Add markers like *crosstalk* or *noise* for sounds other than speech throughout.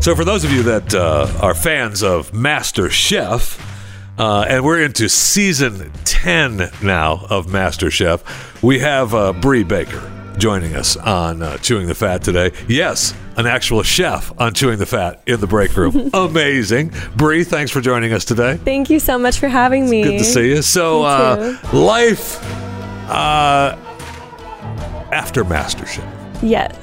So, for those of you that uh, are fans of Master Chef, uh, and we're into season 10 now of Master Chef, we have uh, Bree Baker joining us on uh, Chewing the Fat today. Yes, an actual chef on Chewing the Fat in the break room. Amazing. Bree, thanks for joining us today. Thank you so much for having me. Good to see you. So, You uh, life uh, after MasterChef. Yes,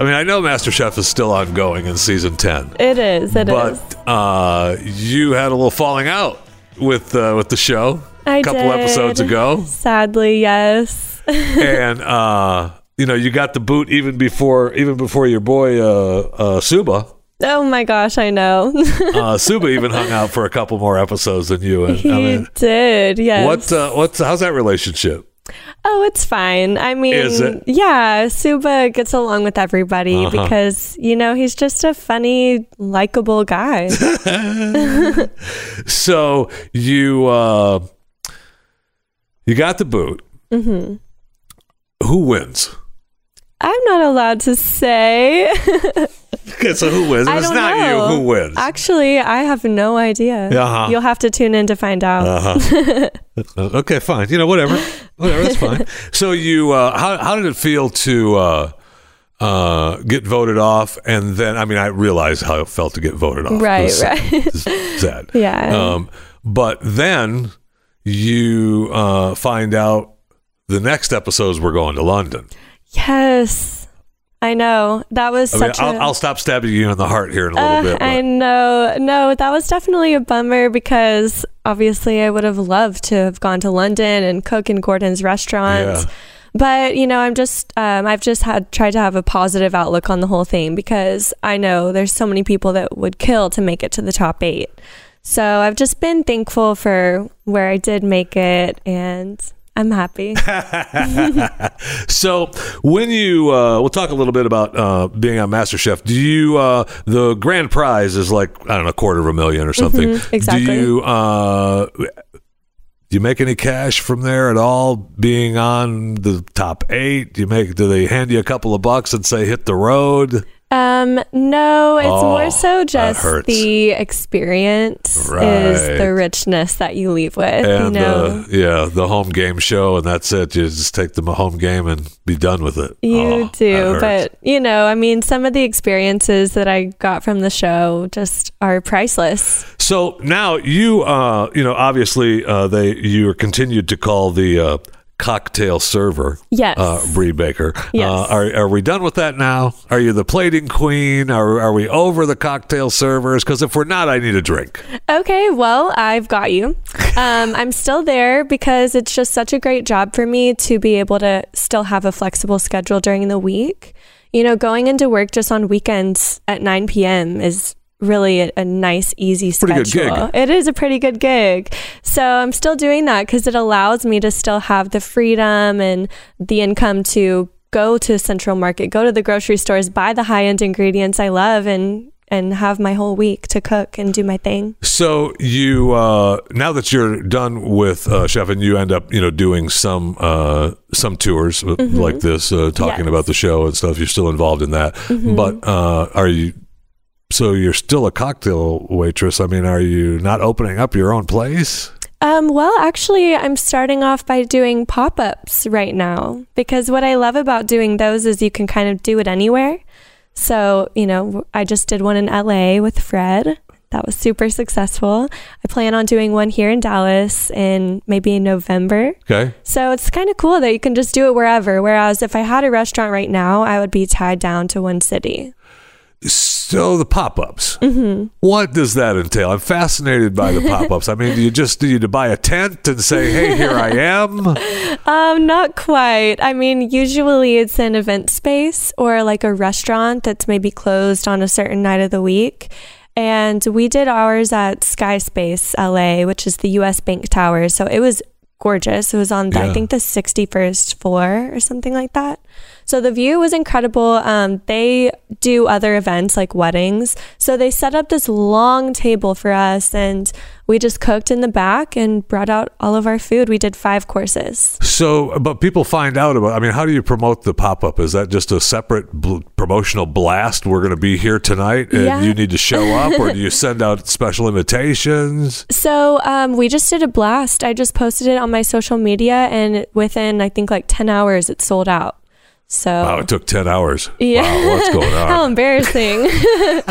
I mean, I know MasterChef is still ongoing in season 10, it is. It is. but uh, you had a little falling out with uh, with the show I a couple did. episodes *laughs* ago. Sadly, yes. and, uh, you know, you got the boot even before even before your boy uh, uh, Suba. Oh my gosh, I know. *laughs* Uh, Suba even hung out for a couple more episodes than you. And, he I mean, did. Yes. what's, uh, what's, how's that relationship? Oh, it's fine. I mean, Is it? yeah, Suba gets along with everybody Uh-huh. because, you know, he's just a funny, *laughs* likable guy. so you uh you got the boot mm-hmm. who wins *laughs* I'm not allowed to say. okay so who wins If I it's don't not know. you who wins Actually, I have no idea. Uh-huh. You'll have to tune in to find out. *laughs* okay fine you know whatever whatever that's fine so you uh how, how did it feel to uh uh get voted off and then i mean i realize how it felt to get voted off Right, It was sad. right. It was sad *laughs* Yeah. um but then you uh find out the next episodes we're going to london Yes. I know. That was I mean, such a. I'll, I'll stop stabbing you in the heart here in a little Uh, bit. but- I know. No, that was definitely a bummer because obviously I would have loved to have gone to London and cook in Gordon's restaurants. Yeah. But you know, I'm just um, I've just had tried to have a positive outlook on the whole thing because I know there's so many people that would kill to make it to the top eight. So I've just been thankful for where I did make it, and I'm happy. so when you, uh, we'll talk a little bit about uh, being on MasterChef. Do you, uh, the grand prize is like I don't know, a quarter of a million or something. Do Mm-hmm, exactly. you, uh, do you make any cash from there at all? Being on the top eight, do you make? Do they hand you a couple of bucks and say hit the road? Um, no, it's Oh, more so just hurts. the experience is Right. the richness that you leave with, you And uh, know. yeah, the home game show, and that's it. You just take the home game and be done with it. you Oh, that do, hurts. but you know, I mean, some of the experiences that I got from the show just are priceless. So now you, uh, you know, obviously uh, they you are continued to call the uh, cocktail server. Yes. Uh, Bree Baker. Yes. Uh, are, are we done with that now? Are you the plating queen? Are, are we over the cocktail servers? Because if we're not, I need a drink. Okay, well, I've got you. Um, I'm still there because it's just such a great job for me to be able to still have a flexible schedule during the week. You know, going into work just on weekends at 9 p.m. is really a, a nice, easy Pretty schedule. good gig. It is a pretty good gig. So I'm still doing that because it allows me to still have the freedom and the income to go to Central Market, go to the grocery stores, buy the high end ingredients I love, and and have my whole week to cook and do my thing. So you uh, now that you're done with uh, chef, and you end up you know doing some uh, some tours uh, like this, uh, talking Yes. about the show and stuff. You're still involved in that, but uh, are you? So you're still a cocktail waitress. I mean, are you not opening up your own place? Um, well, actually, I'm starting off by doing pop ups right now because what I love about doing those is you can kind of do it anywhere. So, you know, I just did one in LA with Fred. That was super successful. I plan on doing one here in Dallas in maybe in November. Okay, So it's kind of cool that you can just do it wherever. Whereas if I had a restaurant right now, I would be tied down to one city. so the pop-ups. What does that entail? I'm fascinated by the pop-ups. I mean, do you just need to buy a tent and say, "Hey, here I am"? Um, not quite. I mean, usually it's an event space or like a restaurant that's maybe closed on a certain night of the week. And we did ours at Skyspace LA, which is the US Bank Tower. So it was gorgeous. It was on, the, Yeah. I think, the 61st floor or something like that. So the view was incredible. Um, they do other events like weddings. So they set up this long table for us and we just cooked in the back and brought out all of our food. We did five courses. So, but people find out about. I mean, how do you promote the pop up? Is that just a separate bl- promotional blast? We're going to be here tonight, and Yeah. you need to show up, or do *laughs* you send out special invitations? So um, we just did a blast. I just posted it on my social media and within, I think, like 10 hours, it sold out. So Wow, it took ten hours. Oh. Yeah. Wow, what's going How on? embarrassing. *laughs*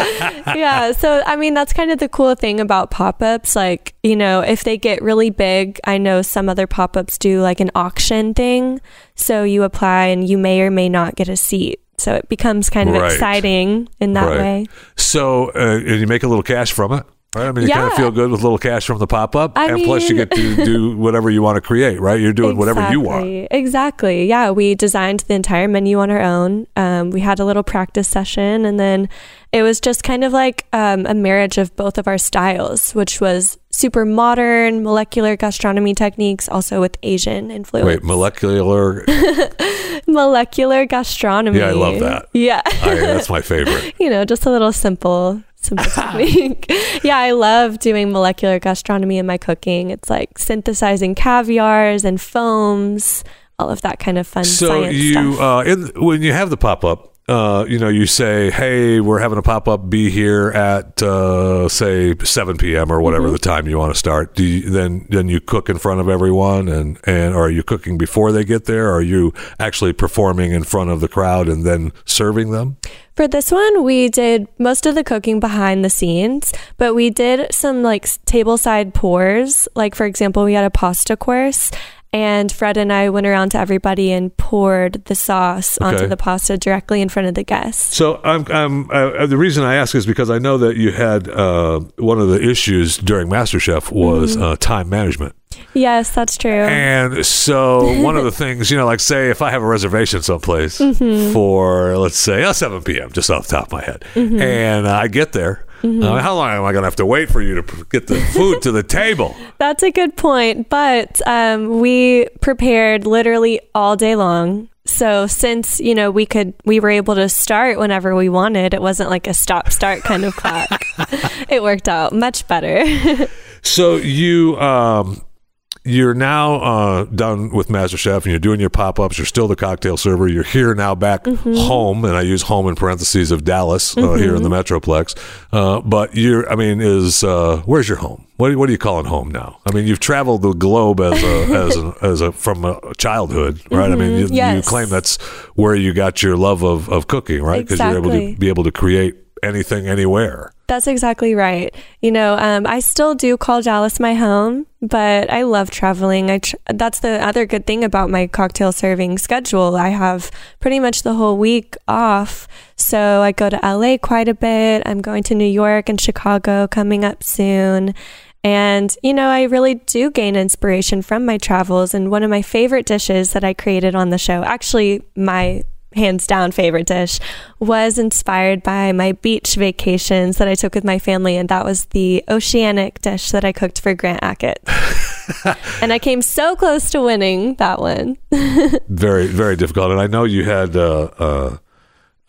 yeah. So, I mean, that's kind of the cool thing about pop ups. Like, you know, if they get really big, I know some other pop ups do like an auction thing. So you apply and you may or may not get a seat. So it becomes kind of Right. exciting in that Right. way. So, uh, and you make a little cash from it. Right? I mean, you kind of Yeah. feel good with a little cash from the pop up, I and plus you mean- get to do whatever you want to create. Right? You're doing whatever you want. Exactly. Exactly. Yeah, we designed the entire menu on our own. Um, we had a little practice session, and then it was just kind of like um, a marriage of both of our styles, which was super modern molecular gastronomy techniques, also with Asian influence. Wait, molecular. *laughs* molecular gastronomy. Yeah, I love that. Yeah, I, that's my favorite. you know, just a little simple. *laughs* Simple technique. *laughs* yeah, I love doing molecular gastronomy in my cooking. It's like synthesizing caviars and foams, all of that kind of fun so science you stuff. uh, in, when you have the pop-up uh, you know you say hey we're having a pop-up be here at uh, say 7 p.m or Mm-hmm. whatever the time you want to start do you, then then you cook in front of everyone and and or are you cooking before they get there or are you actually performing in front of the crowd and then serving them For this one, we did most of the cooking behind the scenes, but we did some like s- table side pours. Like, for example, we had a pasta course, and Fred and I went around to everybody and poured the sauce Okay. onto the pasta directly in front of the guests. So I'm, I'm uh, the reason I ask is because I know that you had uh, one of the issues during MasterChef was Mm-hmm. uh, time management. Yes, that's true. And so, one of the things, you know, like say if I have a reservation someplace for, let's say, uh, 7 p.m., just off the top of my head, and I get there, uh, how long am I going to have to wait for you to p- get the food to the table? That's a good point. But um, we prepared literally all day long. So since you know we could, we were able to start whenever we wanted. It wasn't like a stop-start kind of clock. it worked out much better. So you, um, you're now uh, done with MasterChef and you're doing your pop ups. You're still the cocktail server. You're here now back Mm-hmm. home, and I use home in parentheses of Dallas uh, here in the Mm-hmm. Metroplex. Uh, but you're, I mean, is uh, where's your home? What, what are you calling home now? I mean, you've traveled the globe as *laughs* a, as a, as a from a childhood, right? I mean, you, you Mm-hmm. yes. claim that's where you got your love of, of cooking, right? Because you're able Exactly. to be able to create anything anywhere. That's exactly right. You know, um, I still do call Dallas my home, but I love traveling. I tr- that's the other good thing about my cocktail serving schedule. I have pretty much the whole week off, so I go to LA quite a bit. I'm going to New York and Chicago coming up soon. And, you know, I really do gain inspiration from my travels. And one of my favorite dishes that I created on the show, actually, my hands down favorite dish, was inspired by my beach vacations that I took with my family. And that was the oceanic dish that I cooked for Grant *laughs* Hackett. and I came so close to winning that one. very very difficult and i know you had uh, uh,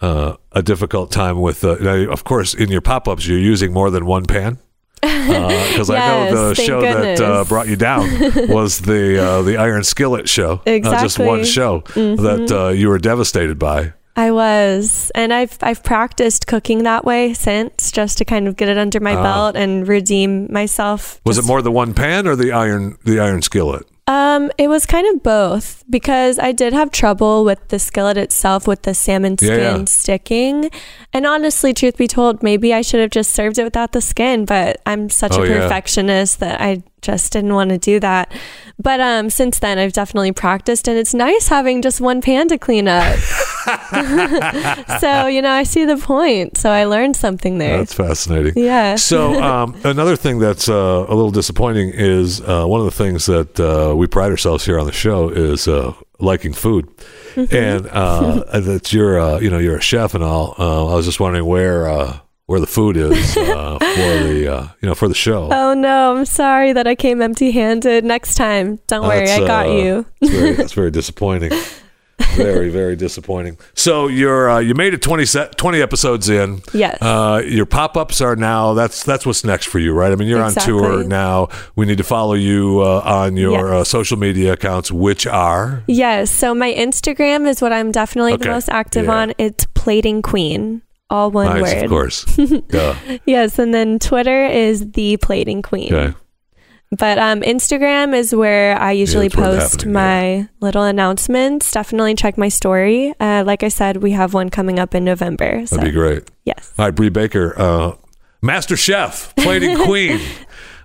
uh, a difficult time with uh, now, of course in your pop-ups you're using more than one *laughs* pan because I know the Yes, thank show goodness. that uh, brought you *laughs* down was the uh, the Iron Skillet show, uh, just one Exactly. show Mm-hmm. that uh, you were devastated by. I was, and I've I've practiced cooking that way since, just to kind of get it under my Ah. belt and redeem myself. Was it just more the one pan or the iron the Iron Skillet? Um, it was kind of both because I did have trouble with the skillet itself with the salmon Yeah, skin yeah. sticking. And honestly, truth be told, maybe I should have just served it without the skin, but I'm such Oh, a yeah. perfectionist that I just didn't want to do that. But um, since then, I've definitely practiced, and it's nice having just one pan to clean *laughs* up. so, you know, I see the point. So I learned something *laughs* there. That's fascinating. yeah. so um, another thing that's uh, a little disappointing is uh, one of the things that uh, we pride ourselves here on the show is uh, liking food, and uh, that you're uh, you know you're a chef and all. Uh, I was just wondering where uh, where the food is uh, for the uh, you know for the show. Oh no, I'm sorry that I came empty handed. Next time, don't worry, That's, I got uh, you. It's very, that's very disappointing. very very disappointing. So you're uh, you made it 20, se- 20 episodes in. Yes. Uh, your pop ups are now that's that's what's next for you, right? I mean, you're Exactly. on tour now. We need to follow you uh, on your Yes. uh, social media accounts, which are Yes. So my Instagram is what I'm definitely Okay. the most active Yeah. on. It's plating queen, all one nice, word. of *laughs* course. Duh. Yes, and then Twitter is the plating queen. Okay. But um, Instagram is where I usually that's where it's post happening, my little announcements. Definitely check my story. Uh, like I said, we have one coming up in November. So That'd be great. yes, All right, Bree Baker, uh, Master Chef, Plating *laughs* Queen.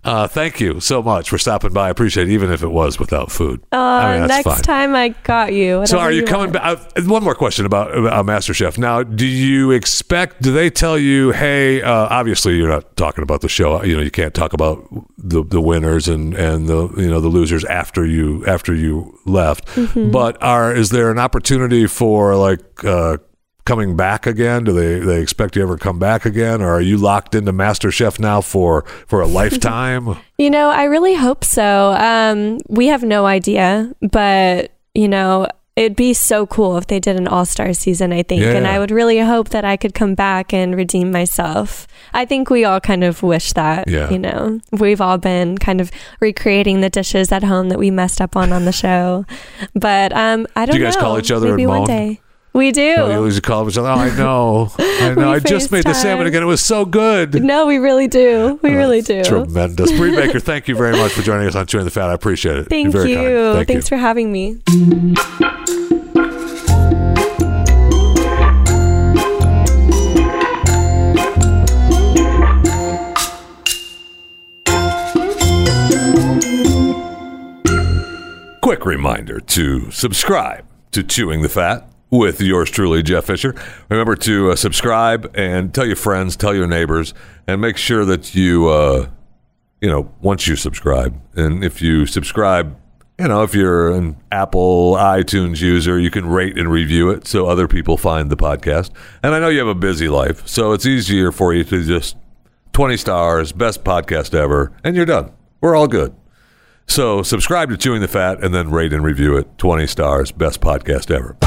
Uh, thank you so much for stopping by. I appreciate it, even if it was without food. uh, I mean, that's next fine. time I got you. So, whatever are you coming want. back? Uh, one more question about uh, Master Chef. Now, do you expect? Do they tell you, hey, uh, obviously you're not talking about the show. Uh, You know, you can't talk about the the winners and and the you know the losers after you after you left. But are is there an opportunity for like? Uh, coming back again do they they expect you ever come back again or are you locked into master chef now for for a lifetime You know, I really hope so. Um, we have no idea, but you know, it'd be so cool if they did an All Star season. I think, and Yeah. I would really hope that I could come back and redeem myself. I think we all kind of wish that. Yeah. You know, we've all been kind of recreating the dishes at home that we messed up on on the show, but um, I don't. you guys know. call each other Maybe and one moan? day. We do. you always call each other oh, i know i know We i just made the salmon FaceTime. again it was so good no, we really do. We really Oh, do. That's Tremendous. Bree Baker, thank you very much for joining us on Chewing the Fat. I appreciate it. Thank You're very you. kind. Thank Thanks for having me. you. Quick reminder to subscribe to Chewing the Fat with yours truly, Jeff Fisher. Remember to uh, subscribe and tell your friends, tell your neighbors, and make sure that you, uh, you know, once you subscribe, and if you subscribe, you know, if you're an Apple iTunes user, you can rate and review it so other people find the podcast. And I know you have a busy life, so it's easier for you to just 20 stars, best podcast ever, and you're done. We're all good. So subscribe to Chewing the Fat and then rate and review it 20 stars, best podcast ever.